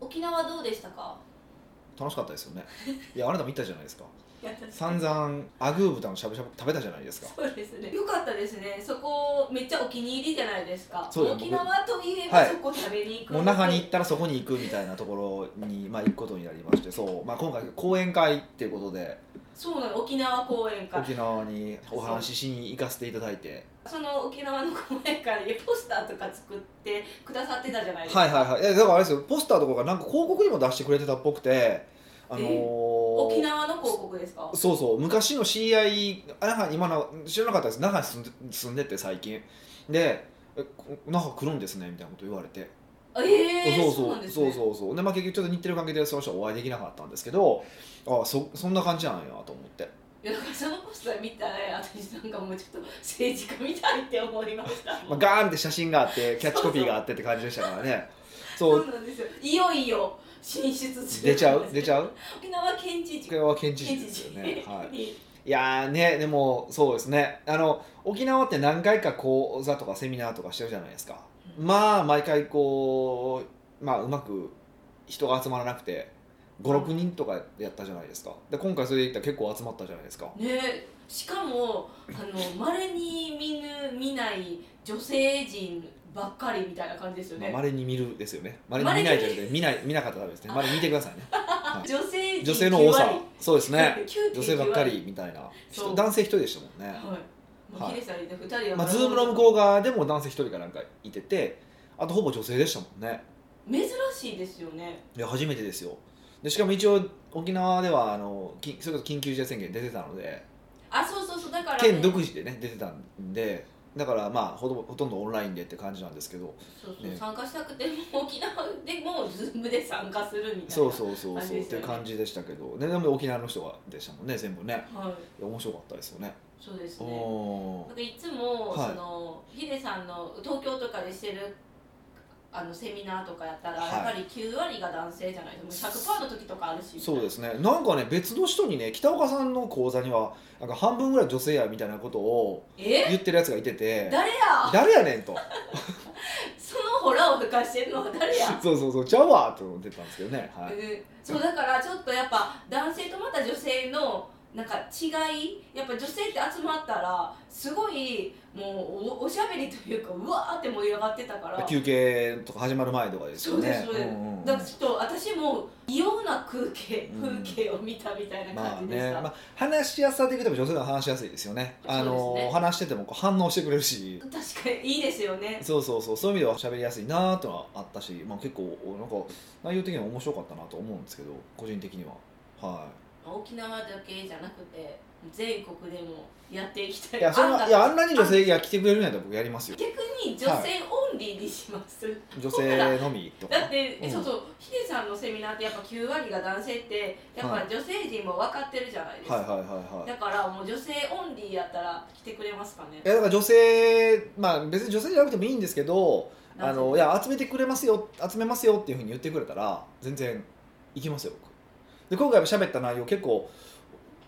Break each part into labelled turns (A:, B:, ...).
A: 沖縄どうでしたか
B: 楽しかったですよねいやあなたも行ったじゃないですか
A: いや私
B: 散々アグー豚のしゃぶしゃぶ食べたじゃないですか
A: そうですねよかったですねそこめっちゃお気に入りじゃないですか
B: そうよ
A: 沖縄といえば
B: はい
A: そこ食べに行く、
B: もう那覇に行ったらそこに行くみたいなところに、まあ、行くことになりましてそう、まあ、今回講演会っていうことで
A: そうなの沖縄公演会
B: 沖縄にお話ししに行かせていただいて
A: その沖縄の公演会でポスターとか作ってくださってたじゃないですか、
B: はいはいはいいやだからあれですよポスターとかがなんか広告にも出してくれてたっぽくてあのー
A: え沖縄の広告ですか
B: そうそう昔の知り合いあ那覇に今の知らなかったです那覇に住んで住んでて最近でえこ「那覇来るんですね」みたいなこと言われて
A: ええ
B: そ
A: ー、そ
B: う
A: う
B: そ
A: なん
B: う
A: です
B: そう
A: ね
B: そうそうでまあ結局ちょっと日テレ関係でその人はお会いできなかったんですけどあそそんな感じなんやと思って
A: いやだからそのポスター見たら私なんかもうちょっと政治家みたいって思いました
B: まあ、ガーンって写真があ ってキャッチコピーがあってって感じでしたからねそ
A: そう
B: う
A: なんですよいよいよ進出する
B: 出ちゃう出ち
A: ゃう
B: ゃう
A: 沖縄県知事
B: これは県知事
A: 県
B: で
A: 知
B: す
A: 事、
B: よね、はいい、いやーねでもそうですねあの沖縄って何回か講座とかセミナーとかしてるじゃないですかまあ毎回こうまあうまく人が集まらなくて56人とかやったじゃないですかで今回それでいったら結構集まったじゃないですか
A: ねしかもまれに見ぬ見ない女性陣ばっかりみたいな感じですよね、
B: まれに見るですよねまれに見ないということで見ない見なかったらダメですねまれに見てくだ さいねはい
A: 女性陣
B: 女性の多
A: 9
B: さ
A: 割
B: そうですね
A: 9.9
B: 女性ばっかりみたいな
A: そう
B: 人男性一人でしたもんね、
A: はいもうヒデさんいて2人は
B: まあ、ズームの向こう側でも男性一人かなんかいててあとほぼ女性でしたもんね
A: 珍しいですよね
B: いや初めてですよでしかも一応沖縄ではあのきそれこそ緊急事態宣言出てたので
A: あそうそうそうだから、ね、
B: 県独自でね出てたんでだからまあほとほとんどオンラインでって感じなんですけど
A: そうそう、
B: ね
A: 参加したくても沖縄でもズームで参加するみたいな
B: そうそうそう
A: あれ
B: そう、
A: で
B: っ
A: すよ
B: て
A: ね
B: 感じでしたけどででも沖縄の人がでしたもんね全部ね
A: はい
B: いや面白かったですよね
A: そうです
B: お
A: ね
B: お
A: なんかいつも、
B: はい
A: そのヒデさんの東京とかでしてるあのセミナーとかやったら、
B: はい
A: やっぱり9割が男性じゃないですかもう100%の時とかあるし
B: そうですねなんかね別の人にね北岡さんの講座にはなんか半分ぐらい女性やみたいなことを
A: え
B: 言ってるやつがいてて
A: 誰や
B: 誰やねんと
A: そのホラを吹かしてるのは誰や、
B: そうそうそうちゃうわと思ってたんですけどね、はい、
A: うんそうだからちょっとやっぱ男性とまた女性のなんか違いやっぱ女性って集まったらすごいもうおおしゃべりというかうわーって盛り上がってたから
B: 休憩とか始まる前とかですよね
A: そうですそうです
B: んんうん
A: だからちょっと私も異様な空景
B: うん
A: 風景を見たみたいな
B: まあ
A: 感じでし
B: ね、
A: た、
B: まあ、話しやすさで言うと女性の方が話しやすいですよねあ
A: そう
B: の
A: ですね
B: 話しててもこう反応してくれるし
A: 確かにいいですよね
B: そうそうそうそういう意味では喋りやすいなーってのはあったし、まあ、結構なんか内容的には面白かったなと思うんですけど個人的にははい
A: 沖縄だけじゃなくて全国でもやっていきたい
B: いやそん
A: あん
B: な
A: た
B: いやあんなに女性が来てくれるんやったら僕やりますよ
A: 逆に女性オンリーにします、
B: 女性のみとか
A: だって、え
B: うん
A: そうそうヒデさんのセミナーってやっぱ9割が男性ってやっぱ
B: はい
A: 女性陣も分かってるじゃないですか、
B: はいはいはいはい
A: だからもう女性オンリーやったら来てくれますかね
B: いやだから女性まあ別に女性じゃなくてもいいんですけどあ
A: 男
B: の
A: 性
B: いや集めてくれますよ集めますよっていうふうに言ってくれたら全然行きますよ僕で今回も喋った内容結構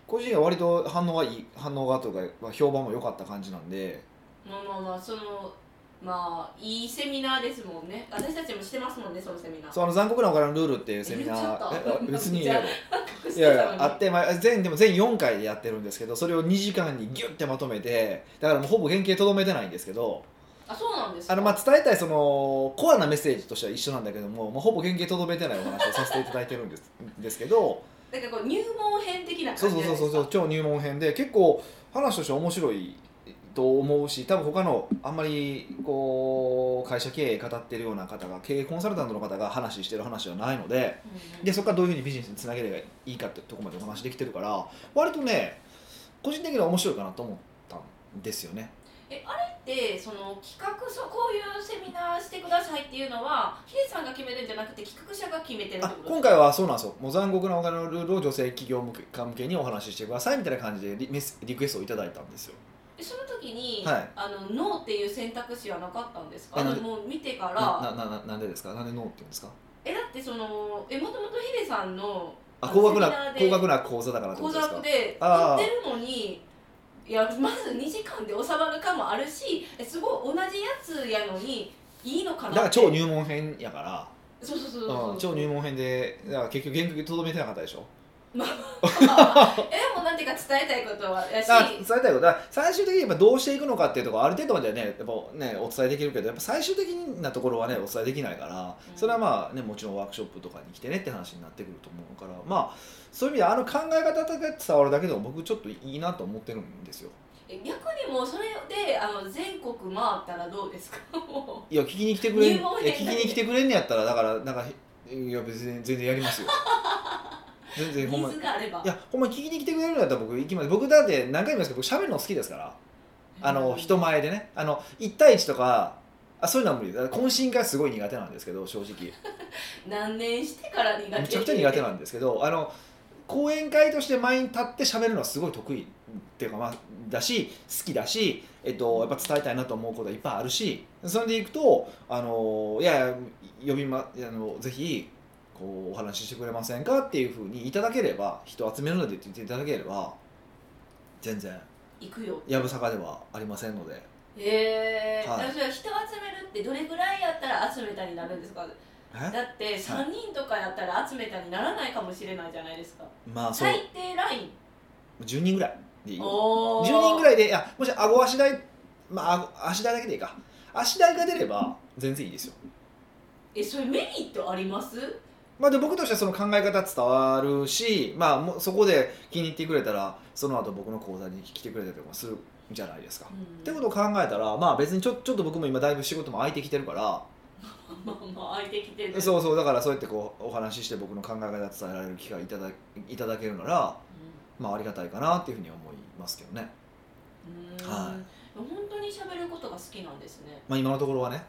B: 個人は割と反応がいい反応がというか、まあ、評判も良かった感じなんで
A: まあまあまあそのまあいいセミナーですもんね私たちもしてますもんねそのセミナー
B: そうあの残酷なお金のルールっていうセミナー
A: えちょっと
B: え別にいいやろ
A: 隠し
B: い
A: てた
B: や
A: の
B: い
A: に
B: やあって、まあ、全でも全4回でやってるんですけどそれを2時間にギュッてまとめてだからもうほぼ原型とどめてないんですけど
A: あそうなんですか
B: あのまあ伝えたいそのコアなメッセージとしては一緒なんだけども、まあ、ほぼ原型とどめてないお話をさせていただいてるんですですけど
A: なんかこう入門編的な
B: そう
A: 感じ
B: そ
A: じゃないうです
B: うそ
A: か
B: そうそう超入門編で結構話として面白いと思うし多分他のあんまりこう会社経営語ってるような方が経営コンサルタントの方が話してる話はないので。
A: うんうん
B: でそこからどういうふうにビジネスにつなげればいいかってとこまでお話できてるから割とね個人的には面白いかなと思ったんですよね
A: でその企画そうこういうセミナーしてくださいっていうのはヒデさんが決めるんじゃなくて企画者が決めてるって
B: あ
A: こと
B: 今回はそうなんですよもう残酷なお金のルールを女性企業家向けにお話ししてくださいみたいな感じでリメスリクエストをいただいたんですよ
A: でその時に、
B: はい
A: あのノーっていう選択肢はなかったんですか
B: え
A: あ
B: なん
A: の
B: で
A: もう見てか
B: な
A: ら
B: なななんでですかなんでノーって言うんですか
A: えだってそのえもともとヒデさんの
B: あ
A: あ
B: 高
A: セ
B: 額
A: ミナ
B: な
A: ーで
B: 高額な講座だからってこ
A: 講
B: とです
A: 座
B: か
A: で
B: あ
A: 売
B: ー
A: ってるのにいやまず2時間で収まるかもあるしえすごい同じやつやのにいいのかな
B: だ
A: って
B: から超入門編やから
A: そうそうそうそう
B: うん、超入門編でだから結局原曲とどめてなかったでしょ
A: えでもなんていうか伝えたいことはやし
B: だから伝えたいことだから最終的にやっぱどうしていくのかっていうところある程度まではねやっぱねお伝えできるけどやっぱ最終的なところはねお伝えできないから
A: うん
B: それはまあねもちろんワークショップとかに来てねって話になってくると思うからまあそういう意味であの考え方だけ伝わるだけでも僕ちょっといいなと思ってるんですよ
A: 逆にもうそれであの全国回ったらどうですかも
B: いや聞きに来てくれんい
A: 入
B: や
A: 門
B: 聞
A: 編
B: きに来てくれんねやったらだからなんかいや別に全然や りますよ全
A: う
B: 然ほんまい
A: 水があれば
B: やほんま聞きに来てくれるんだったら僕行きます僕だって何回も言いますけど僕喋るの好きですからあの人前でねあの1対1とかあそういうのは無理です懇親会すごい苦手なんですけど正直
A: 何年してから苦手
B: めちゃくちゃ苦手なんですけどあの講演会として前に立って喋るのはすごい得意っていうか、まあ、だし好きだし、えっと、やっぱ伝えたいなと思うことはいっぱいあるしそれでいくとあのいや呼び、ま、あのぜひこうお話ししてくれませんかっていうふうにいただければ人集めるのでって言っていただければ全然
A: 行くよ
B: やぶさかではありませんので。
A: へえー
B: はい
A: だからそれは人を集めるってどれぐらいやったら集めたになるんですか
B: え
A: だって3人とかやったら集めたにならないかもしれないじゃないですか
B: まあそう
A: 最低ライン
B: 10人ぐらいでいいよ
A: お
B: 10
A: お
B: 人ぐ
A: らい
B: らいでいやもし顎足台まあ顎足台だけでいいか足台が出れば全然いいですよ
A: えそれメリットあります
B: まあで僕としてはその考え方伝わるしまあもうそこで気に入ってくれたらその後僕の講座に来てくれたりとかするじゃないですか、
A: うん
B: ってことを考えたらまあ別にちょちょっと僕も今だいぶ仕事も空いてきてるから
A: まあまあ空いてきてる
B: そうそうだからそうやってこうお話しして僕の考え方伝えられる機会いただいただけるならまあありがたいかなっていうふうに思いますけどね
A: うんうん
B: は
A: 本当に喋ることが好きなんですね
B: まあ今のところはね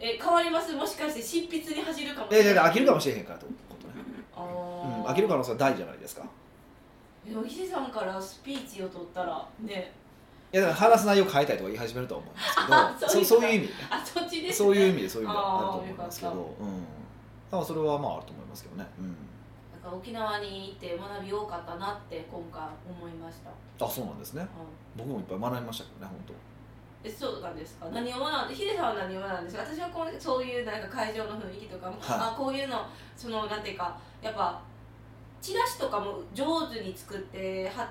A: え変わりますもしかして執筆に走るかも
B: いやいやいや飽きるか
A: も
B: もしれへんからってことね、
A: あ
B: うん、
A: ー
B: 飽きる可能性は大じゃないですか
A: でもヒデさんからスピーチを取ったらね
B: いやだから話す内容変えたりとか言い始めるとは思うん ですけど
A: そ
B: そうう
A: いうこと
B: そういう意味ね
A: あそっちです、ね、
B: そういう意味でそういう意味であると
A: あー
B: 思いますけど
A: よ
B: うんだからそれはまああると思いますけどね、うん、
A: なんか沖縄に行って学び多かったなって今回思いました、
B: あそうなんですね
A: うん
B: 僕もいっぱい学びましたけどね本当
A: えそうなんですか何を学んでヒデさんは何を学んですか私はこうそういうなんか会場の雰囲気とかも、
B: は
A: あこういうのそのなんていうかやっぱチラシとかも上手に作ってはっ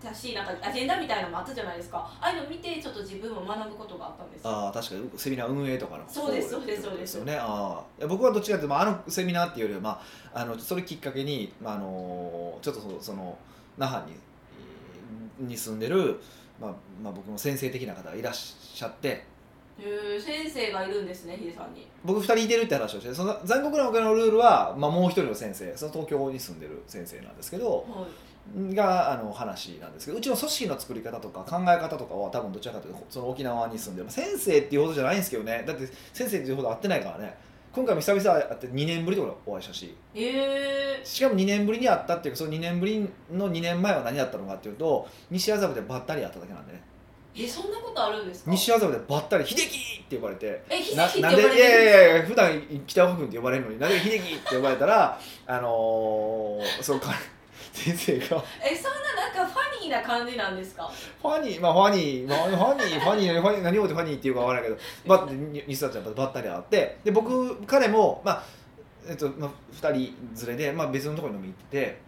A: たしなんかアジェンダみたいなのもあったじゃないですかああいうの見てちょっと自分も学ぶことがあったんです
B: ああ確かにセミナー運営とかの
A: そうですそうです
B: こ
A: そうです
B: よねああいや僕はどっちかというと、まあ、あのセミナーっていうよりは、まあ、あのそれきっかけに、まあ、あのちょっとそのその那覇にに住んでる、まあまあ、僕の先生的な方がいらっしゃって
A: へえ先生がいるんですねヒデさんに
B: 僕2人いてるって話をしてその残酷なお金のルールは、まあ、もう1人の先生その東京に住んでる先生なんですけど
A: はい
B: があの話なんですけどうちの組織の作り方とか考え方とかは多分どちらかというとその沖縄に住んでるまあ先生っていうほどじゃないんですけどねだって先生っていうほど会ってないからね今回も久々会って2年ぶりとかお会いしたし
A: ええ
B: しかも2年ぶりに会ったっていうかその2年ぶりの2年前は何だったのかっていうと西麻布でばったり会っただけなんでね
A: えそんなことあるんですか
B: 西麻布でばったり「秀樹!」って呼ばれて
A: えヒデ
B: な
A: って呼
B: な
A: ば
B: んで
A: れ
B: いやい
A: てる
B: やいや普段北岡君って呼ばれるのになんで秀樹って呼ばれたら あのー、そうか 先生が
A: えそんななんかファニーな感じなんですか
B: ファニーまあファニー、まあ、ファニーファニーファニー何をってファニーっていうかわからないけどバッに西田ちゃんとばったり会ってで僕彼もまあえっと、まあ、2人連れで、まあ、別のところに飲みに行ってて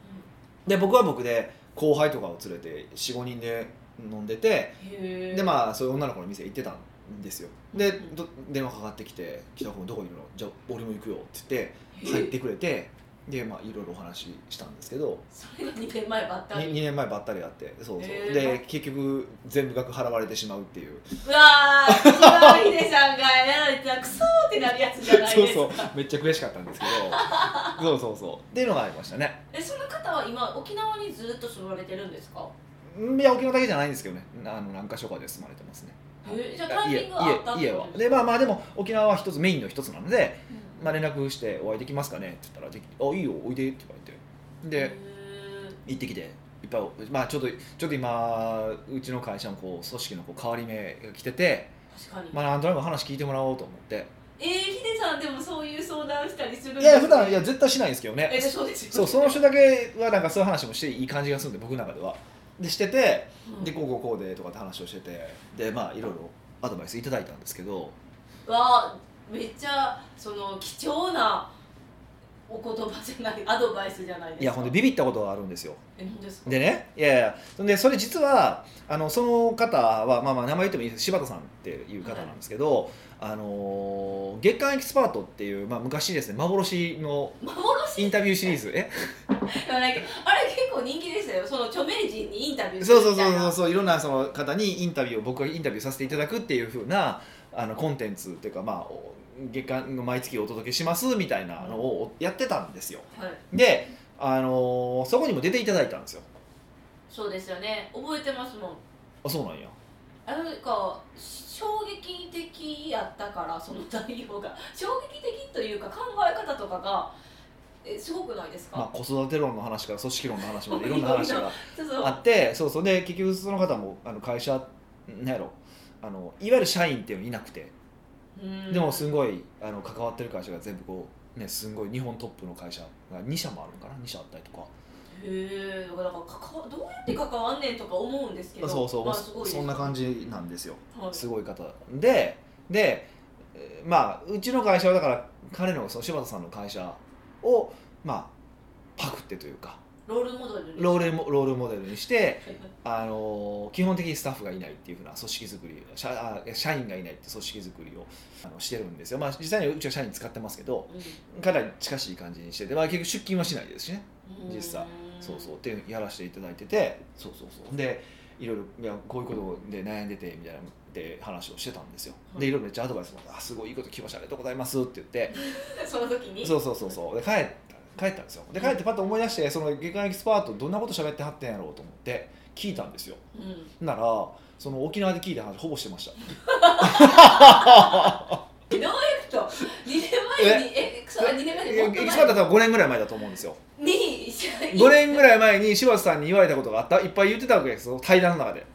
B: で僕は僕で後輩とかを連れて45人で飲んでて
A: へえ
B: でまあそういう女の子の店行ってたんですよでど電話かかってきて「北岡君どこにいるのじゃあ俺も行くよ」って言って入ってくれてでまあいろいろお話ししたんですけど
A: それが2年前ばっ
B: 2,
A: たり
B: 年前ばったりやってそうそう、
A: えー
B: で結局全部額払われてしまうっていう
A: うわー、一番ヒデさんがやられてたクソーってなるやつじゃない
B: そう
A: ですか
B: そうめっちゃ悔しかったんですけどそうそうそうっていうのがありましたね
A: えその方は今沖縄にずっと住まれてるんですか
B: んいや沖縄だけじゃないんですけどねあの何か所かで住まれてますね
A: えじゃあタイミングはあったっ
B: 家
A: て
B: 家
A: こ
B: は
A: とです
B: でまあまあでも沖縄は一つメインの一つなので、
A: か
B: まあ、連絡してお会いできますかねって言ったらでき「あいいよおいで」って言われてで、行ってきていっぱい、まあ、ちょっとちょっと今うちの会社もこう組織のこう変わり目が来てて、
A: 確かに、
B: まあ、なんとなく話聞いてもらおうと思って
A: えー、ヒデさんでもそういう相談したりするん
B: い
A: です
B: や普段い
A: や
B: や絶対しないんですけど
A: え
B: ね
A: そうですよ
B: そうその人だけはなんかそういう話もしていい感じがするんで僕の中ではでしてて
A: うん
B: でこうこうこうでとかって話をしててでまあいろいろアドバイスいただいたんですけど
A: わあめっちゃその貴重なお言葉じゃないアドバイスじゃないですか
B: いやほんでビビったことがあるんですよ
A: えなんですか
B: でねいやいやそんでそれ実はあのその方は、まあ、まあ名前言ってもいいです柴田さんっていう方なんですけど、あのー月刊エキスパートっていう、まあ、昔ですね幻の
A: 幻
B: インタビューシリーズえ
A: ではないけどあれ結構人気でしたよその著名人にインタビューす
B: そう
A: る
B: そう
A: みた
B: そ
A: いうな
B: そうそういろんなその方にインタビューを僕がインタビューさせていただくっていう風なあのコンテンツというかまあお月間の毎月お届けしますみたいなのをやってたんですよ
A: はい、
B: であのーそこにも出ていただいたんですよ
A: そうですよね覚えてますもん
B: あそうなんや
A: あのなんか衝撃的やったからその内容が衝撃的というか考え方とかがえすごくないですか、
B: まあ、子育て論の話から組織論の話 までいろんな話が
A: そうそう
B: あってそうそうで結局その方もあの会社なんやろあのいわゆる社員っていうのいなくて
A: うん
B: でもすごいあの関わってる会社が全部こうねすごい日本トップの会社が2社もあるのかな2社あったりとか
A: へえだから関わどうやって関わんねんとか思うんですけど
B: そうそう、
A: まあ、すごい
B: そんな感
A: じ、
B: じなんですよ
A: はい、
B: すごい方ででえーまあうちの会社はだから彼のその柴田さんの会社をまあパクってというか
A: ロールモデルです
B: ロールモロールモデルにしてあのー基本的にスタッフがいないっていうふうな組織作り社あ社員がいないって組織作りをあのしてるんですよまあ実際にうちは社員使ってますけどかなり近しい感じにしてて、まあ、結局出勤はしないですしね
A: うん
B: 実際
A: ん
B: そうそうっていうやらせていただいててそうそうそうでいろいろいやこういうことで悩んでてみたいなで話をしてたんですよでいろいろめっちゃアドバイスもらって「あすごいいいこと聞きましたありがとうございます」って言って
A: その時に
B: そうそうそうそうで帰った帰ったんですよで帰ってパッと思い出してその月間エキスパートどんなこと喋ってはったんやろうと思って聞いたんですよ
A: うん、
B: ならその沖縄で聞いた話ほぼして ました
A: どういうこと2年前にえそれ2年前
B: い
A: に
B: や
A: もっ
B: エ
A: と
B: キスパー
A: 前
B: トは5年ぐらい前だと思うんですよ
A: に
B: 5年ぐらい前に柴田さんに言われたことがあったいっぱい言ってたわけですよ対談の中で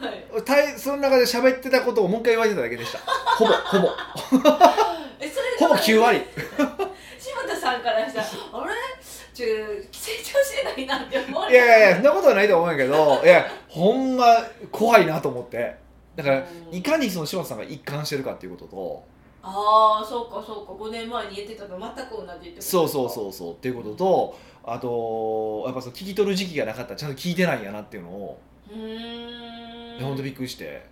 A: はい
B: 対その中で喋ってたことをもう一回言われてただけでしたほぼほぼ
A: えそれ
B: ほぼ9割
A: 柴田さんからしたら「あれちょ成長してないな」って思わ
B: い
A: れ
B: やいやいやそんなことはないと思うんやけどいやほんま怖いなと思ってだから
A: うん
B: いかにその柴田さんが一貫してるかっていうことと
A: ああそうかそうか5年前に言ってたの全く同じってこと
B: そうそう
A: う
B: そうそうっていうこととあとやっぱその聞き取る時期がなかったらちゃんと聞いてないんやなっていうのを
A: うーん
B: 本当びっくりして
A: へ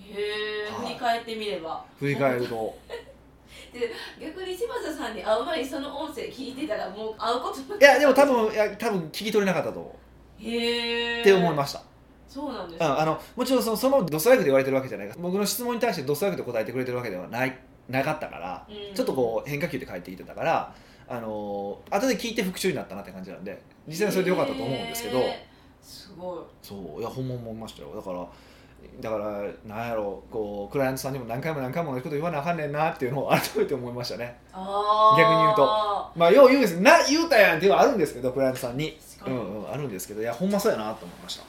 A: え
B: はい
A: 振り返ってみれば
B: 振り返ると
A: 逆に柴田さんに会う前にその音声聞いてたらもう会うことなく
B: いやでも多分いや多分聞き取れなかったと思う
A: へえ
B: って思いました、
A: そうなんです
B: うん、
A: か
B: あのもちろんそのそのどストライクで言われてるわけじゃないから僕の質問に対してどストライクで答えてくれてるわけではないなかったから
A: うん
B: ちょっとこう変化球で返ってきてたから、あのー後で聞いて復習になったなって感じなんで実際はそれでよかったと思うんですけど、
A: へえすごい
B: そういや本物思いましたよだからだからなんやろうこうクライアントさんにも何回も何回も同じこと言わなあかんねんなっていうのを改めて思いましたね
A: ああ
B: 逆に言う
A: と
B: まあよう言うんですな言うたやんっていうのはあるんですけどクライアントさんに
A: 確か
B: う
A: に、
B: んうんあるんですけどいやほんまそうやなと思いました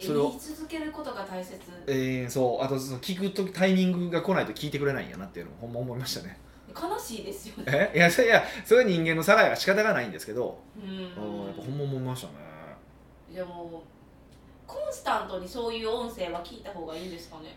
A: え
B: それを
A: 言い続けることが大切
B: えー、そうあとその聞くとタイミングが来ないと聞いてくれないんやなっていうのもほんま思いましたね
A: 悲しいですよね
B: えいやそいやそういう人間の差が仕方がないんですけど
A: う
B: うんやっぱほん
A: ん
B: ま思いましたね
A: でもコンスタントにそういう音声は聞いた方がいいんですかね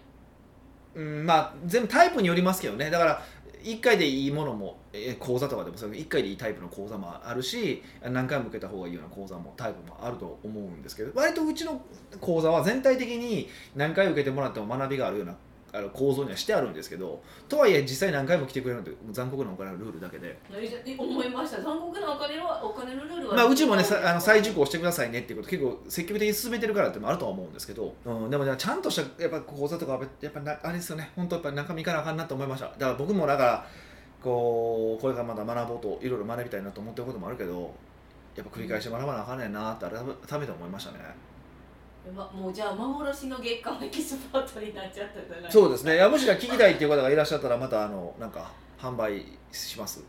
B: うんまあ全部タイプによりますけどねだから1回でいいものも、えー講座とかでもそう1回でいいタイプの講座もあるし何回も受けた方がいいような講座もタイプもあると思うんですけど割とうちの講座は全体的に何回受けてもらっても学びがあるようなあの構造にはしてあるんですけどとはいえ実際何回も来てくれるのって残酷なお金のルールだけで、
A: え思いました残酷なお金はお金のルールは
B: まあ、うちもねさあの再受講してくださいねっていうこと結構積極的に進めてるからってのもあるとは思うんですけど、うん、でもねちゃんとしたやっぱ講座とかはやっぱなあれですよね本当やっぱ中身いかなあかんなと思いましただから僕もだからこうこれからまだ学ぼうといろいろ学びたいなと思ってることもあるけどやっぱ繰り返し学ばなあかんねんなって改めて思いましたね、
A: まもうじゃあ幻の月間エキスパートになっちゃったじゃない
B: そうですねいやもしか聞きたいっていう方がいらっしゃったらまたあのなんか販売します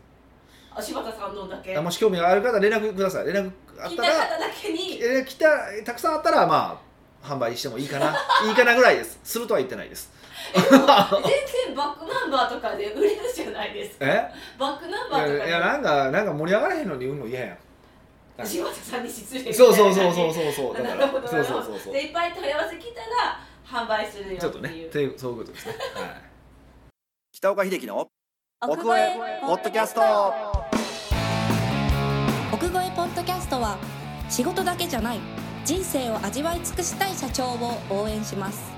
A: あ柴田さんのだけ
B: あもし興味がある方連絡ください連絡あっ
A: 聞い
B: た
A: た
B: ら
A: 方だけに
B: えー来たたくさんあったらまあ販売してもいい かないいかなぐらいですするとは言ってないです
A: 全然バックナンバーとかで売れるじゃないですか
B: え
A: バックナン
B: い
A: バーと
B: やいや
A: か
B: なんかなんか盛り上がらへんのに言うの嫌やんな
A: で
B: んか
A: 柴田さんに失礼
B: そうそうそうそうそ うそうだ
A: な
B: か
A: るほど
B: らそうそうそうそう
A: でいっぱい問い合わせ来たら販売するよっていう
B: ちょっとねというそういうことですねはい北岡秀樹の
C: 奥越えポッドキャスト奥越えポッドキャストは仕事だけじゃない人生を味わい尽くしたい社長を応援します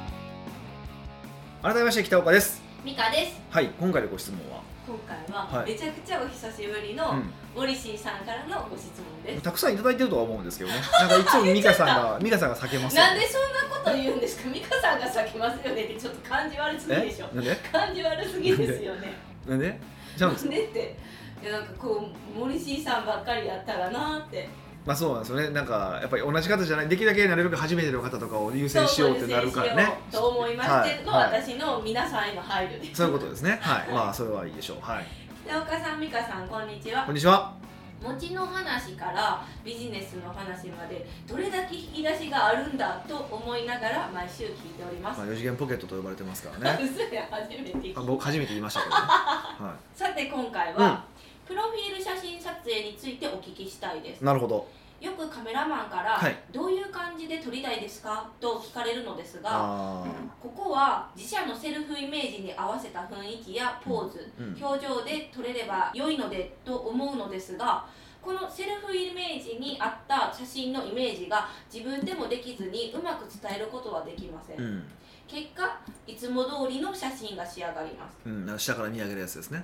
B: 改めまして北岡です
A: ミカです
B: はい今回のご質問は、
A: 今回は
B: はい
A: めちゃくちゃお久しぶり
B: う
A: の
B: ん
A: モリシーさんからのご質問です、
B: たくさんいただいてるとは思うんですけどねなんかいつも美香さんが美香さんが避けますよ
A: なんでそんなこと言うんですかミカさんが避けますよねってちょっと感じ悪すぎでしょ
B: えなんで
A: 感じ悪すぎですよね
B: なんでじゃ
A: な
B: あ
A: んでっていやなんかこうモリシーさんばっかりやったらなーって
B: まあそうなんですよねなんかやっぱり同じ方じゃないできるだけなるべく初めての方とかを優先しようってなるからね
A: そうと思いましての、
B: はいはい
A: 私の皆さんへの配慮です
B: そういうことですねはいまあそれはいいでしょうはい
A: 北岡さん美香さんこんにちは
B: こんにちは
A: 餅の話からビジネスの話までどれだけ引き出しがあるんだと思いながら毎週聞いております、
B: まあ四次元ポケットと呼ばれてますから ね
A: 嘘や初めて聞いた
B: あ僕初めて言いましたけどねは
A: さて今回は、プロフィール写真撮影についてお聞きしたいです
B: いなるほど
A: よくカメラマンから、
B: はい
A: どういう感じで撮りたいですかと聞かれるのですが
B: あ
A: ここは自社のセルフイメージに合わせた雰囲気やポーズ、
B: ーうん
A: 表情で撮れれば良いのでと思うのですがこのセルフイメージに合った写真のイメージが自分でもできずにうまく伝えることはできません、
B: うん
A: 結果いつも通りの写真が仕上がります
B: うんなんか下から見上げるやつです ね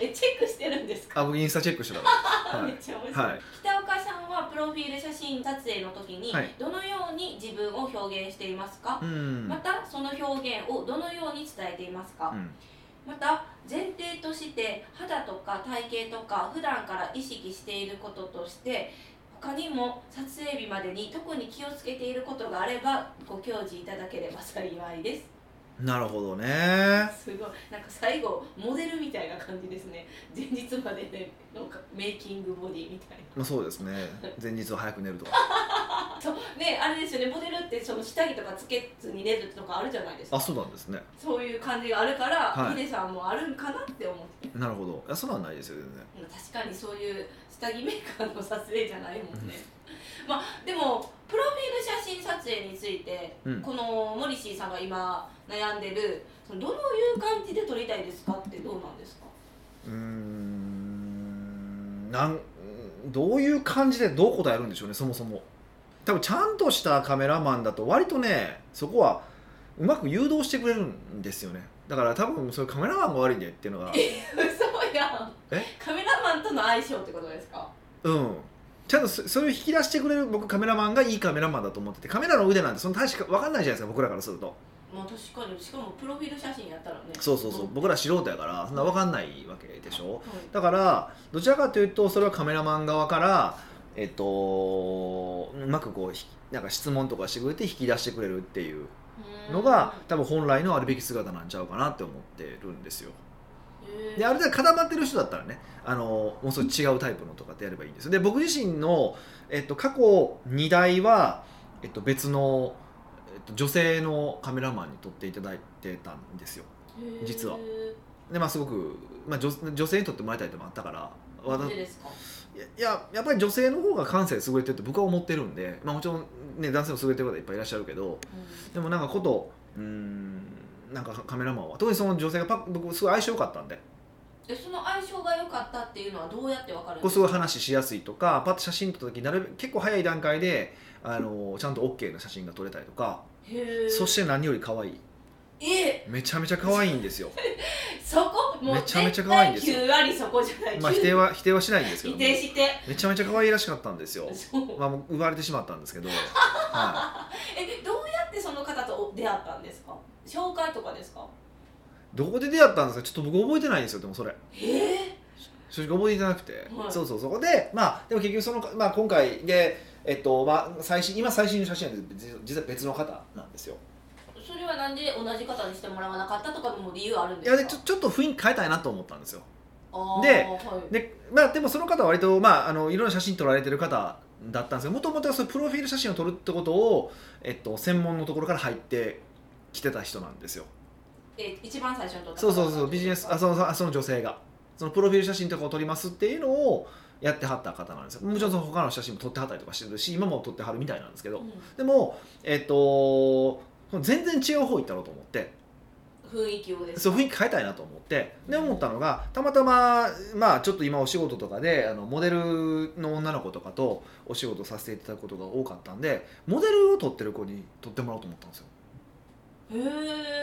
A: えチェックしてるんですか、
B: あ僕インスタチェックしてたからは
A: めっ
B: い
A: ちゃ面白い、
B: はい
A: 北岡さんはプロフィール写真撮影の時に
B: はい
A: どのように自分を表現していますか、
B: うん
A: またその表現をどのように伝えていますか、
B: うん
A: また前提として肌とか体型とか普段から意識していることとして他にも撮影日までに特に気をつけていることがあればご教示いただければ幸いで
B: なるほどね
A: すすごいなんか最後モデルみたいな感じですね前日までねなんかメイキングボディみたい
B: まあそうですね前日は早く寝るとか
A: なそうねあれですよねモデルってその下着とかつけずに寝るとかあるじゃないです
B: あ
A: か
B: そうなんですね
A: そういう感じがあるから、
B: はい
A: ヒデさんもあるんかなって思って
B: なるほどいやそんなんないですよ全然
A: 確かにそういう下着メーカーの撮影じゃないもんね、まあでもプロフィール写真撮影について、
B: うん
A: このモリシーさんが今悩んでるそのどういう感じで撮りたいですかってどうなんですか
B: うーんなんどういう感じでどう答えるんでしょうねそもそも多分ちゃんとしたカメラマンだと割とねそこはうまく誘導してくれるんですよねだから多分そういうカメラマンが悪いねっていうのが
A: 嘘やん
B: え
A: カメラマンとの相性ってことですか
B: うんちゃんとそそういう引き出してくれる僕カメラマンがいいカメラマンだと思っててカメラの腕なんてその確か分かんないじゃないですか僕らからすると
A: まあ確かにしかもプロフィール写真やったらね
B: そうそうそう、
A: ん
B: 僕ら素人やからそんな分かんないわけでしょ
A: はい
B: だからどちらかというとそれはカメラマン側から、えっと、うまくこうひなんか質問とかしてくれて引き出してくれるっていう
A: うーん
B: のが多分本来のあるべき姿なんちゃうかなって思ってるんですよ
A: へー
B: である程度固まってる人だったらねあのもうそれ違うタイプのとかってやればいいんですよで僕自身の、えっと、過去2台は、えっと、別の、えっと、女性のカメラマンに撮っていただいてたんですよ
A: へー
B: 実はでまあすごく、まあ、女女性に撮ってもらいたいともあったからわ
A: な
B: た
A: んでですか
B: いやいややっぱり女性の方が感性優れてるって僕は思ってるんで、まあ、もちろん、ね、男性も優れてる方いっぱいいらっしゃるけど
A: う
B: でもなんかことうーんなんかカメラマンは特にその女性がパッ僕すごい相性良かったんで
A: んでその相性が良かったっていうのはどうやってわかるん
B: こ
A: で
B: う
A: す
B: す
A: か
B: ごい話しやすいとかパッと写真撮った時なるべく結構早い段階であのちゃんと OK の写真が撮れたりとか
A: へー
B: そして何より可愛い
A: え
B: めちゃめちゃ可愛いんですよ、
A: そこもう
B: めちゃめちゃ可愛いんですよ
A: 絶対9割そこじゃない、
B: まあ、否定は否定はしないんですけ
A: 否
B: ど
A: 定
B: め
A: して
B: ちゃめちゃ可愛いらしかったんですよ、
A: そう
B: まあ、もう奪われてしまったんですけど、はい
A: えどうやってその方と出会ったんですか紹介とかですか
B: どこで出会ったんですかちょっと僕覚えてないんですよでもそれ
A: ええ
B: 正直覚えてなくて、
A: はい
B: そうそうそこでまあでも結局その、まあ、今回で、えっとまあ、最新今最新の写真なんですけど実実は別の方なんですよ
A: それはなんで同じ方にしてもらわなかったとかも理由あるん
B: い
A: です
B: や
A: か
B: でちょちょっと雰囲気変えたいなと思ったんですよ
A: あー
B: で
A: はい
B: で,、まあ、でもその方は割と、まあ、あのいろんな写真撮られてる方だったんですけどもともとはそういうプロフィール写真を撮るってことを、えっと、専門のところから入ってきてた人なんですよ
A: え一番最初に撮った
B: そうそうそうビジネスあ
A: あ
B: そのあその女性がそのプロフィール写真とかを撮りますっていうのをやってはった方なんですよもちろんその他の写真も撮ってはったりとかしてるし今も撮ってはるみたいなんですけどでもえっ、と全然違う方行ったろうと思って
A: 雰囲気をです
B: そう雰囲気変えたいなと思ってで思ったのがたまたま、まあ、ちょっと今お仕事とかであのモデルの女の子とかとお仕事させていただくことが多かったんでモデルを撮ってる子に撮ってもらおうと思ったんですよ
A: へ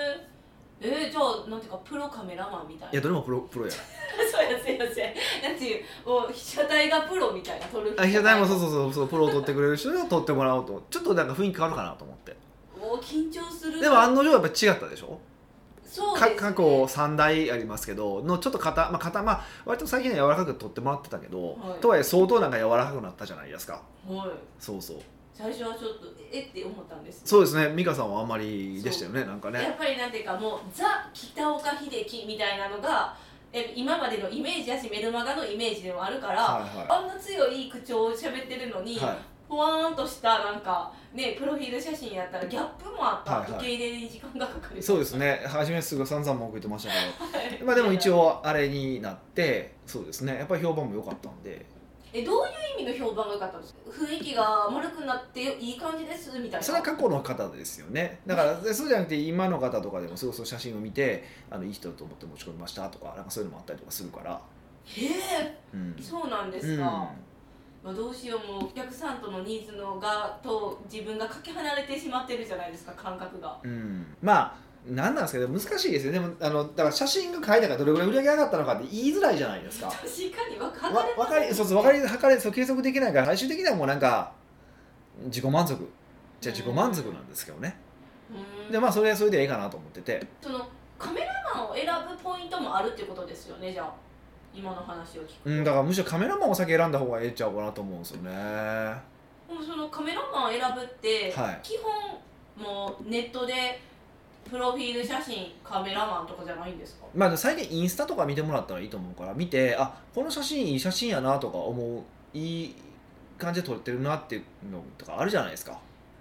A: ええー、じゃあなんていうかプロカメラマンみたい
B: い
A: な
B: やどれもプロプロや
A: そうやすいませんなんていうもう被写体がプロみたいな撮る
B: あ被写体もそう
A: う
B: そうそうそうプロを撮ってくれる人に撮ってもらおうとちょっとなんか雰囲気変わるかなと思って
A: お緊張する
B: でも案の定やっぱ違ったでしょ
A: そうです、
B: か
A: ね、
B: 過去3代ありますけどのちょっと型まあ型まあ割と最近は柔らかく撮ってもらってたけど、
A: はい
B: とはいえ相当なんか柔らかくなったじゃないですか
A: はい
B: そうそう
A: 最初はちょっとえって思ったんです
B: そうですね美香さんはあんまりでしたよねなんか
A: や
B: ね
A: っぱりなんていうかもうザ・北岡秀樹みたいなのがえ今までのイメージやしメルマガのイメージでもあるから、
B: はいは
A: あんな強い口調を喋ってるのに、
B: いはい
A: ほわーんとしたなんかねプロフィール写真やったらギャップもあった、
B: はいはい
A: 受け入れに時間がかかる
B: そうですね初めすぐ散々文句言ってましたけ
A: はい
B: どまあでも一応あれになってそうですねやっぱり評判も良かったんで
A: えどういう意味の評判が良かったんですか雰囲気が丸くなっていい感じですみたいな
B: それは過去の方ですよねだからでそうじゃなくて今の方とかでもすごいそう写真を見てあのいい人だと思って持ち込みましたとかなんかそういうのもあったりとかするから
A: へえ
B: うん
A: そうなんです
B: うん
A: か、まあ、どうしようもうお客さんとのニーズのがと自分がかけ離れてしまってるじゃないですか感覚が
B: うん、まあ何なんですけど難しいですよねでもあのだから写真が変えたからどれぐらい売り上げ上がったのかって言いづらいじゃないですか
A: 確かに分か
B: わ
A: れます
B: わかりそうそうわかり測れそう計測できないから最終的にはもうなんか自己満足じゃあ自己満足なんですけどね、
A: うん
B: でまあそれはそれでええかなと思ってて
A: そのカメラマンを選ぶポイントもあるってことですよねじゃあ今の話を聞くと
B: うんだからむしろカメラマンを先選んだ方がええっちゃうかなと思うんですよねは
A: もうそのカメラマンを選ぶって、
B: はい
A: 基本もうネットでプロフィール写真カメラマンとかじゃないんですか
B: いまあ最近インスタとか見てもらったらいいと思うから見てあこの写真いい写真やなとか思ういい感じで撮れてるなっていうのとかあるじゃないですか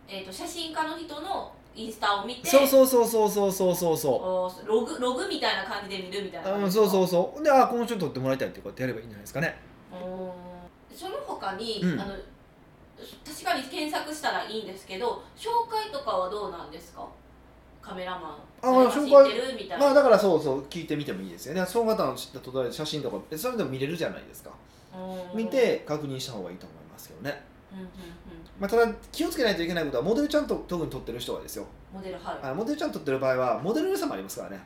A: えー、と写真家の人のインスタを見て
B: そうそうそうそうそうそうそうそ
A: おーログログみたいな感じで見るみたいな
B: う
A: 感
B: うん
A: じ
B: そうそううそうであこの人撮ってもらいたいってこうやってやればいいんじゃないですかね
A: その他に、
B: うん
A: あの確かに検索したらいいんですけど紹介とかはどうなんですかカメラマン
B: あー
A: 誰か
B: 紹介
A: 知ってるみたいな、
B: まあだからそうそう聞いてみてもいいですよねその方の知ったとた写真とかそれでも見れるじゃないですか
A: うん
B: 見、て確認した方がいいと思いますけどね、
A: うんうんうん、
B: まあ、ただ気をつけないといけないことはモデルちゃんと特に撮ってる人はですよ
A: モデルはい
B: あのモデルちゃんと撮ってる場合はモデルの良さもありますからね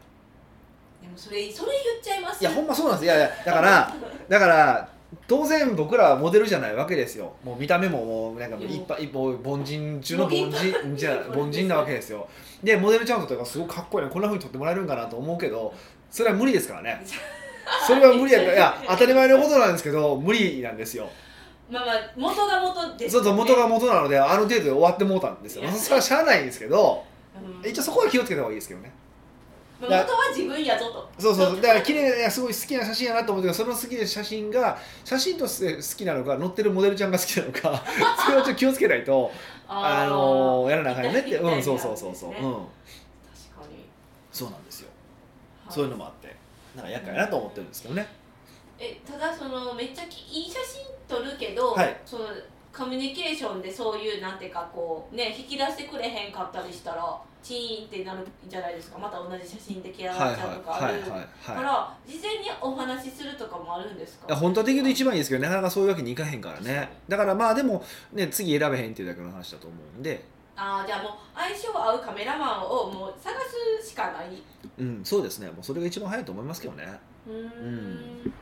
A: でもそれそれ言っちゃいます
B: いやほんまそうなんですいやいやだからだから当然僕らはモデルじゃないわけですよもう見た目ももうなんかもう一般一般凡人中の凡
A: もう一
B: 人じゃあ凡人なわけですよでモデルちゃんとかすごいかっこいいなこんなふうに撮ってもらえるんかなと思うけどそれは無理ですからねそれは無理やからいや当たり前のことなんですけど無理なんですよ
A: まあまあ元が元です
B: そ
A: よ
B: う
A: ね
B: そう元が元なのである程度で終わってもうたんですよ
A: いや
B: それはしゃあないんですけど
A: うん
B: 一応そこは気をつけた方がいいですけどね
A: まあ元は自分やぞと
B: そうそうだから綺麗なすごい好きな写真やなと思ってその好きな写真が写真として好きなのか載ってるモデルちゃんが好きなのか それはちょっと気をつけないとあのやらなあかんよねって
A: みたいな
B: うんそうそうそうそう、
A: ね
B: うん
A: ー確かに、
B: そうなんですよ
A: は
B: そういうのもあってなんか厄介やなと思ってるんですけどね
A: えただそのめっちゃきいい写真撮るけど、
B: はい
A: そのコミュニケーションでそういうなんていうかこうね引き出してくれへんかったりしたらチーンってなるんじゃないですかまた同じ写真で嫌
B: は
A: わ
B: いはい
A: れちゃうとかあ
B: は
A: る
B: いはい
A: か
B: はい
A: ら事前にお話しするとかもあるんですか
B: いや本当はできると一番いいですけどなかなかそういうわけにいかへんからねだからまあでもね次選べへんっていうだけの話だと思うんで
A: あーじゃあもう相性合うカメラマンをもう探すしかない
B: うんそうですねもうそれが一番早いと思いますけどね、
A: うーん
B: ん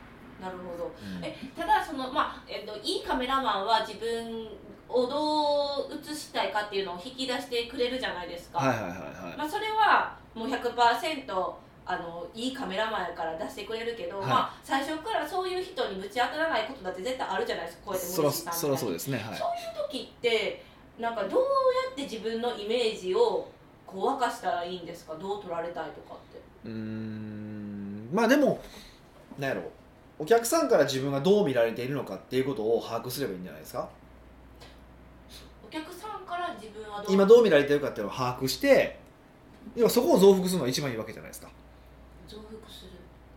A: なるほど
B: うん
A: えただその、まあえっと、いいカメラマンは自分をどう映したいかっていうのを引き出してくれるじゃないですか、
B: はいはいはいは
A: まあ、それはもう100%あのいいカメラマンやから出してくれるけど、
B: はい
A: まあ、最初からそういう人にぶち当たらないことだって絶対あるじゃないですかこう
B: い
A: やって
B: そら
A: 森さんみた
B: そ
A: い
B: ら
A: な
B: そうですねはい
A: そういう時ってなんかどうやって自分のイメージをこう沸かしたらいいんですかどう撮られたいとかって。
B: うーんまあでもなんやろお客さんから自分がどう見られているのかっていうことを把握すればいいんじゃないですか
A: お客さんから自分はどう
B: 今どう見られているかっていうのを把握して要はそこを増幅するのが一番いいわけじゃないですか
A: 増幅する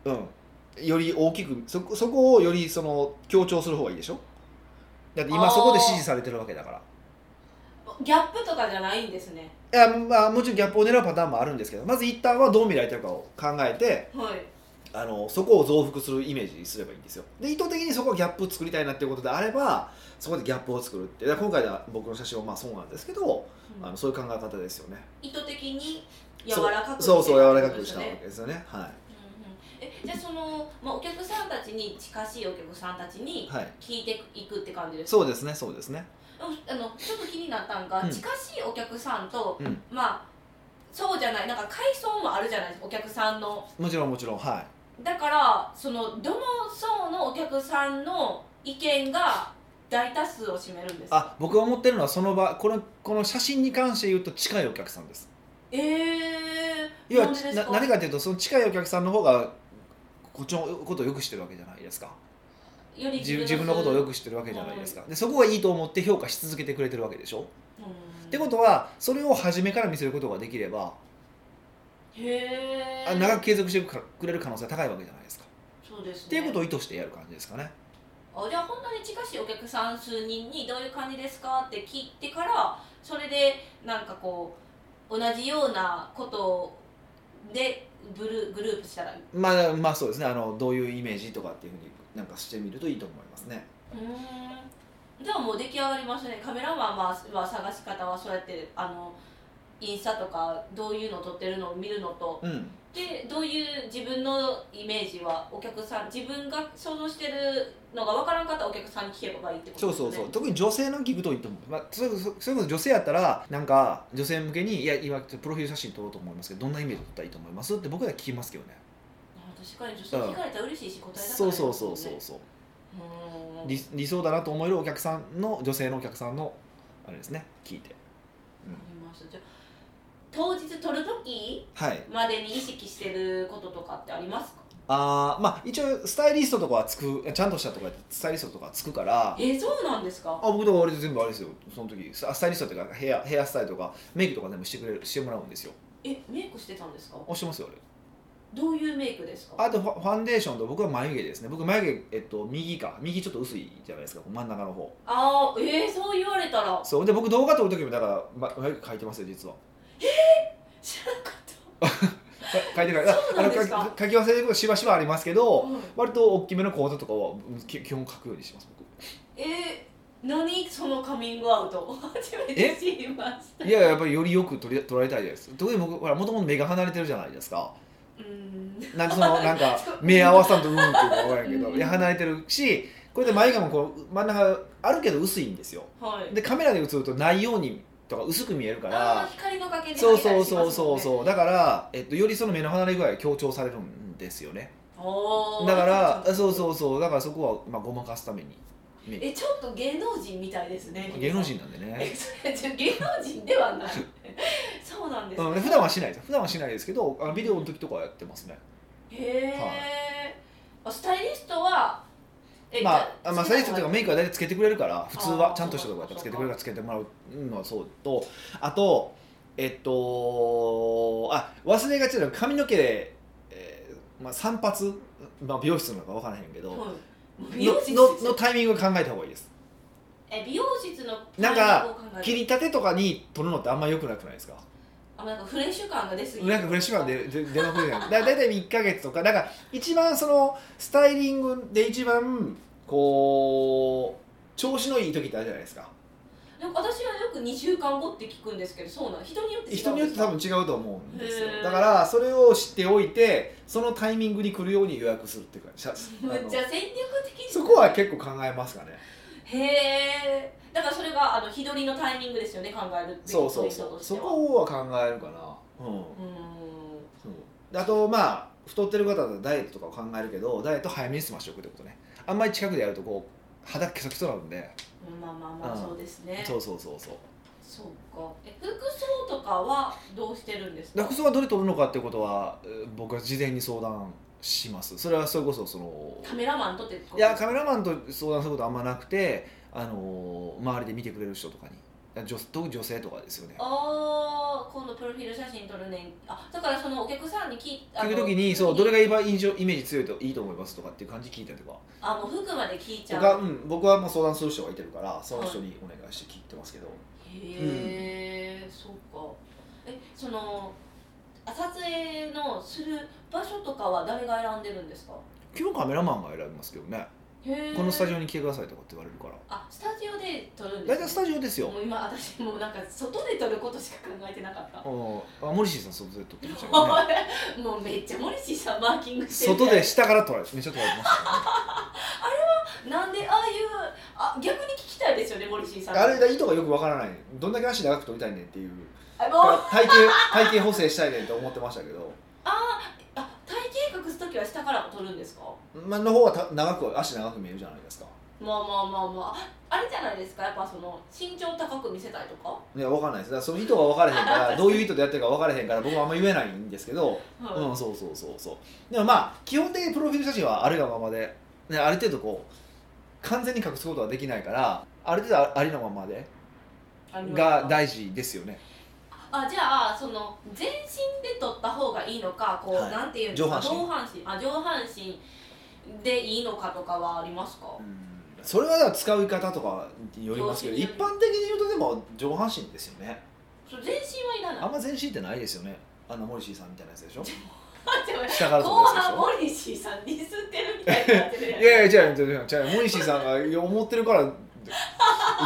B: うんより大きくそこそこをよりその強調する方がいいでしょだって今そこで支持されてるわけだから
A: あギャップとかじゃないんですね
B: いやまあ、もちろんギャップを狙うパターンもあるんですけどまず一旦はどう見られてるかを考えて
A: はい
B: あのそこを増幅するイメージにすればいいんですよで意図的にそこをギャップを作りたいなっていうことであればそこでギャップを作るってだから今回は僕の写真はまあそうなんですけどあのそういう考え方ですよね
A: 意図的に柔らかく
B: そうそう柔らかくし
A: したた
B: わけ
A: ね
B: ですよねは
A: うんうんえじゃあその、まあ、お客さんたちに近しいお客さんたち
B: い、
A: に
B: はい、
A: 聞いていくって感じですか
B: そうですねそうですね
A: あのちょっと気になったんが、
B: うん
A: 近しいお客さんと、
B: うん
A: まあそうじゃないなんか階層もあるじゃないですかお客さんの
B: もちろんもちろんはい
A: だからそのどの層のお客さんの意見が大多数を占めるんですか
B: あ僕が思ってるのはその場このこの写真に関して言うと近いお客さんです
A: ええー、
B: 要は
A: なんでです
B: な
A: か
B: 何かというとその近いお客さんの方がこっちのことをよく知ってるわけじゃないですか
A: より
B: 自自分のことをよく知ってるわけじゃないですかでそこがいいと思って評価し続けてくれてるわけでしょ
A: うん
B: ってことはそれを初めから見せることができれば
A: へえ
B: あ長く継続してくれる可能性が高いわけじゃないですか
A: そうです、ね、
B: っていうことを意図してやる感じですかね
A: あじゃあ本当に近しいお客さん数人にどういう感じですかって聞いてからそれでなんかこう同じようなことでグルグループしたらう
B: まあまあそうですねあのどういうイメージとかっていうふうになんかしてみるといいと思いますね
A: ーんじゃあもう出来上がりましたねカメラマンはは探し方はそうやってあのインスタとかどういうの撮ってるのを見るのと
B: うん
A: でどういう自分のイメージはお客さん自分が想像してるのが分からんかったらお客さんに聞けばいいってことで
B: そう
A: すね
B: そうそう特に女性の聞くといいと思う、まあ、それこそそれこそ女性やったらなんか女性向けに「いや今プロフィール写真撮ろうと思いますけどどんなイメージ撮ったらいいと思います?」って僕は聞きますけどね
A: あ確かに女性聞かれたら嬉しいし答えたくなります
B: そ
A: もん
B: う
A: ね
B: そうそうそうそう
A: うーん
B: 理理想だなと思えるお客さんの女性のお客さんのあれですね聞いて
A: わかりましたじゃあ当日撮る時
B: はい
A: までに意識してることとかってありますか
B: あーまあ一応スタイリストとかはつくちゃんとしたとかスタイリストとかはつくから
A: えそうなんですか
B: あ僕とか俺全部あれですよその時ススタイリストっていうかヘアヘアスタイルとかメイクとか全部してくれるしてもらうんですよ
A: えメイクしてたんですか
B: 押してますよ俺
A: どういうメイクですか
B: あとファファンデーションと僕は眉毛ですね僕眉毛、えっと、右か右ちょっと薄いじゃないですかこう真ん中の方
A: あーえー、そう言われたら
B: そうで僕動画撮る時もだから、ま、眉毛描いてますよ実は
A: 知らなかっ
B: か描いてから
A: そうなんですか
B: あの描き描き忘れることしばしばありますけど、
A: た、うん
B: 割と大きめの講座とかはうんき基本書くようにしてます
A: えー、何そのカミングアウト初めて知りました
B: 僕いやいややっぱりよりよく取り取られたいです特に僕ほらもともと目が離れてるじゃないですか
A: うーん
B: なん でそのなんか目合わさんとうんっていうか分からんけどいや離れてるしこれで眉毛もこう真ん中あるけど薄いんですよ
A: はい
B: でカメラで映るとないようにとか薄く見えるか
A: あ
B: ら
A: ー光のかけで
B: そうそうそうそう
A: う
B: そうだから、えっと、よりその目の離れ具合が強調されるんですよね
A: おー
B: だからそうそうそうだからそこはまあごまかすためにメイク
A: えちょっと芸能人みたいですね
B: 芸能人なんでね
A: えそれじゃ芸能人ではないそうなんです、
B: うん、普段はしないです普段はしないですけどあのビデオの時とかはやってますね
A: へえ、あスタイリストはえ
B: ま
A: じゃ
B: あまあスタイリストというかメイクは大体つけてくれるから普通は
A: あー
B: ちゃんとしたとこやったらつ
A: そ
B: け
A: う
B: て
A: か
B: くれるからつけてもらうのはそうとあとえっとあ忘れがちなのが髪の毛で、えーまあ、散髪、まあ、美容室なのか分からへんけど、
A: はい美
B: の
A: 容室
B: ののタイミングを考えた方がいいです
A: え美容室の
B: なんか
A: タイミングを考える
B: 切りたてとかに取るのってあんま良くなくないですか
A: あなんかフレッシュ感が出すぎ
B: なんかフレッシュマンで出出まくりじゃないだ大体1か月とかだから一番そのスタイリングで一番こう調子のいい時ってあるじゃないですか
A: なんか私はよく2週間後って聞くんですけどそうなん人によって違うんですか
B: 人によって多分違うと思うんですよ
A: へー
B: だからそれを知っておいてそのタイミングに来るように予約するっていうか しゃあ
A: むっ
B: の
A: ちゃ戦略的に
B: そこは結構考えますかね
A: へえだからそれがあの日取りのタイミングですよね考える
B: そうそう
A: ポ
B: そ
A: イント
B: う
A: として
B: そ
A: は
B: こは考えるかなうん
A: うーん
B: そうあとまあ太ってる方だとダイエットとかを考えるけどダイエット早めに済ましておくってことねあんまり近くでやるとこう肌ケソケソなんで
A: うんまあまあまあ
B: うん
A: そうですね、
B: そうそうそうそう
A: そうかえ服装とかはどうしてるんですか
B: 服装はどれ取るのかってことはえー僕は事前に相談しますそれはそれこそその
A: カメラマンとってこと
B: いやカメラマンと相談することあんまなくてあのー周りで見てくれる人とかに女特に女性とかですよね
A: あー今度プロフィール写真撮るねんあだからそのお客さんに聞いあの
B: 聞く時にそうどれが一番印象イメージ強いといいと思いますとかっていう感じ聞いたりとか
A: あもう服まで聞いち
B: と
A: ゃ
B: か、
A: う
B: うん、僕はもう相談する人がいてるからその人にお願いして聞いてますけど、
A: へへえ、そうかえそのあ撮影のする場所とかは誰が選んでるんですか
B: 基本カメラマンが選びますけどね
A: へえ
B: このスタジオに来てくださいとかって言われるから
A: あスタジオで撮るんです
B: 大体スタジオですよ
A: もう今私もうなんか外で撮ることしか考えてなかった、
B: うんあモリシーさん外で撮ってまし たけどね
A: もうめっちゃモリシーさんマーキングしてる
B: 外で下から撮られてめっちゃ撮られてましたよね
A: なんでああいうあ逆に聞きたいですよねモリシーさん
B: あれだ意図がよくわからないどんだけ足長く撮りたいねんっていう
A: あもう
B: 体型体型補正したいねんと思ってましたけど、
A: あ体型隠す時は下からも撮るんですか
B: まあ、の方はた長く足長く見えるじゃないですか
A: まあまあまあまあああれじゃないですかやっぱその身長高く見せたいとか、
B: ねわかんないですだからその意図が分かれへんから どういう意図でやってるか分かれへんから僕はあんま言えないんですけど
A: はい
B: うん、そうそうそうそうでもまあ基本的にプロフィール写真はあるがままで、ね、ある程度こう完全に隠すことはできないからある程度ありのままで
A: ありますか
B: が大事ですよね
A: あじゃあその全身で撮った方がいいのかこう、
B: はい
A: なんていうんですか
B: 上半身
A: 上半身あ上半身でいいのかとかはありますか、
B: うんそれはだから使う方とかによりますけど
A: 上
B: 一
A: 身
B: 般的に言うとでも上半身ですよね
A: そう全身はいらない
B: あんま全身ってないですよねあのモリシーさんみたいなやつでしょ
A: ちょっと待って
B: 下から撮
A: 後
B: る
A: 半
B: やつでし
A: モ
B: ょ
A: リシーさんディスってるみたいになってるやん
B: いやいや違う違う違う違うモリシーさんがいや思ってるから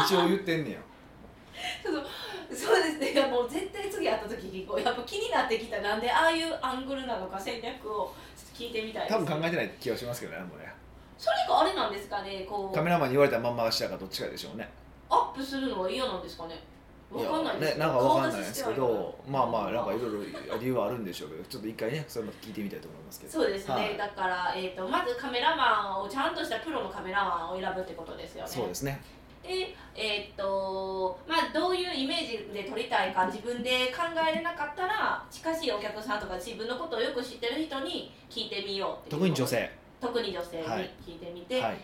B: 一応言ってんねや
A: そうですねいやもう絶対次会った時にこうやっぱ気になってきたなんでああいうアングルなのか戦略をちょっと聞いてみたいです
B: 多分考えてない気がしますけどねもうね
A: それかあれなんですかねこう
B: カメラマンに言われたまんまがしたかどっちかでしょうね
A: アップするのは嫌なんですかねわかんないです
B: ね、なんかわかんないですけ
A: 顔出し
B: ど
A: して、
B: まあまあ、なんかい
A: い
B: ろいろ理由はあるんでしょうけど、ちょっと一回ね、それまた聞いてみたいと思いますけど。
A: そうですね、
B: はい
A: だから、えー、とまずカメラマンをちゃんとしたプロのカメラマンを選ぶってことですよね
B: そうですね。
A: でえっ、とまあどういうイメージで撮りたいか自分で考えれなかったら近しいお客さんとか自分のことをよく知ってる人に聞いてみようっていう
B: 特に女性。
A: 特に女性に
B: はい
A: 聞いてみて、
B: はい。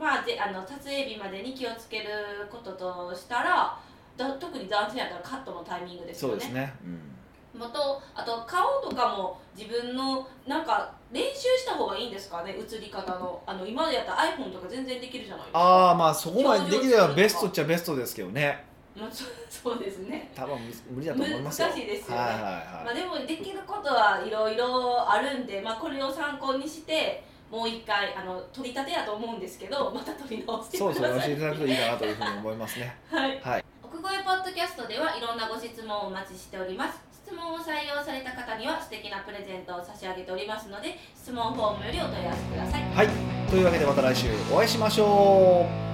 A: まあ、ぜあの撮影日までに気をつけることとしたらだ特に男性やったらカットのタイミングです
B: そ
A: よ
B: うで
A: ね
B: すね。うん。
A: もとあと顔とかも自分のなんか練習した方がいいんですかね映り方のあの今までやったら iPhone とか全然できるじゃないですか
B: ああ、まあ、そこまでできればベストっちゃベストですけどね。
A: まあ、そう そうですね
B: 多分む無理だと思いますよ。
A: 難しいですよね
B: はいは
A: まあ、
B: い
A: でもできることはいろいろあるんで、まあ、これを参考にしてもう一回あの取り立てやと思うんですけど また取り直し
B: はい。
A: て
B: そう
A: く
B: そう、
A: だ
B: 教え
A: さ
B: て
A: い
B: いただくといいかなというふうに思いますね。
A: はい、
B: はい
A: 奥越ポッドキャストではいろんなご質問をお待ちしております質問を採用された方には素敵なプレゼントを差し上げておりますので質問フォームよりお問い合わせください
B: はい。というわけで、また来週お会いしましょう。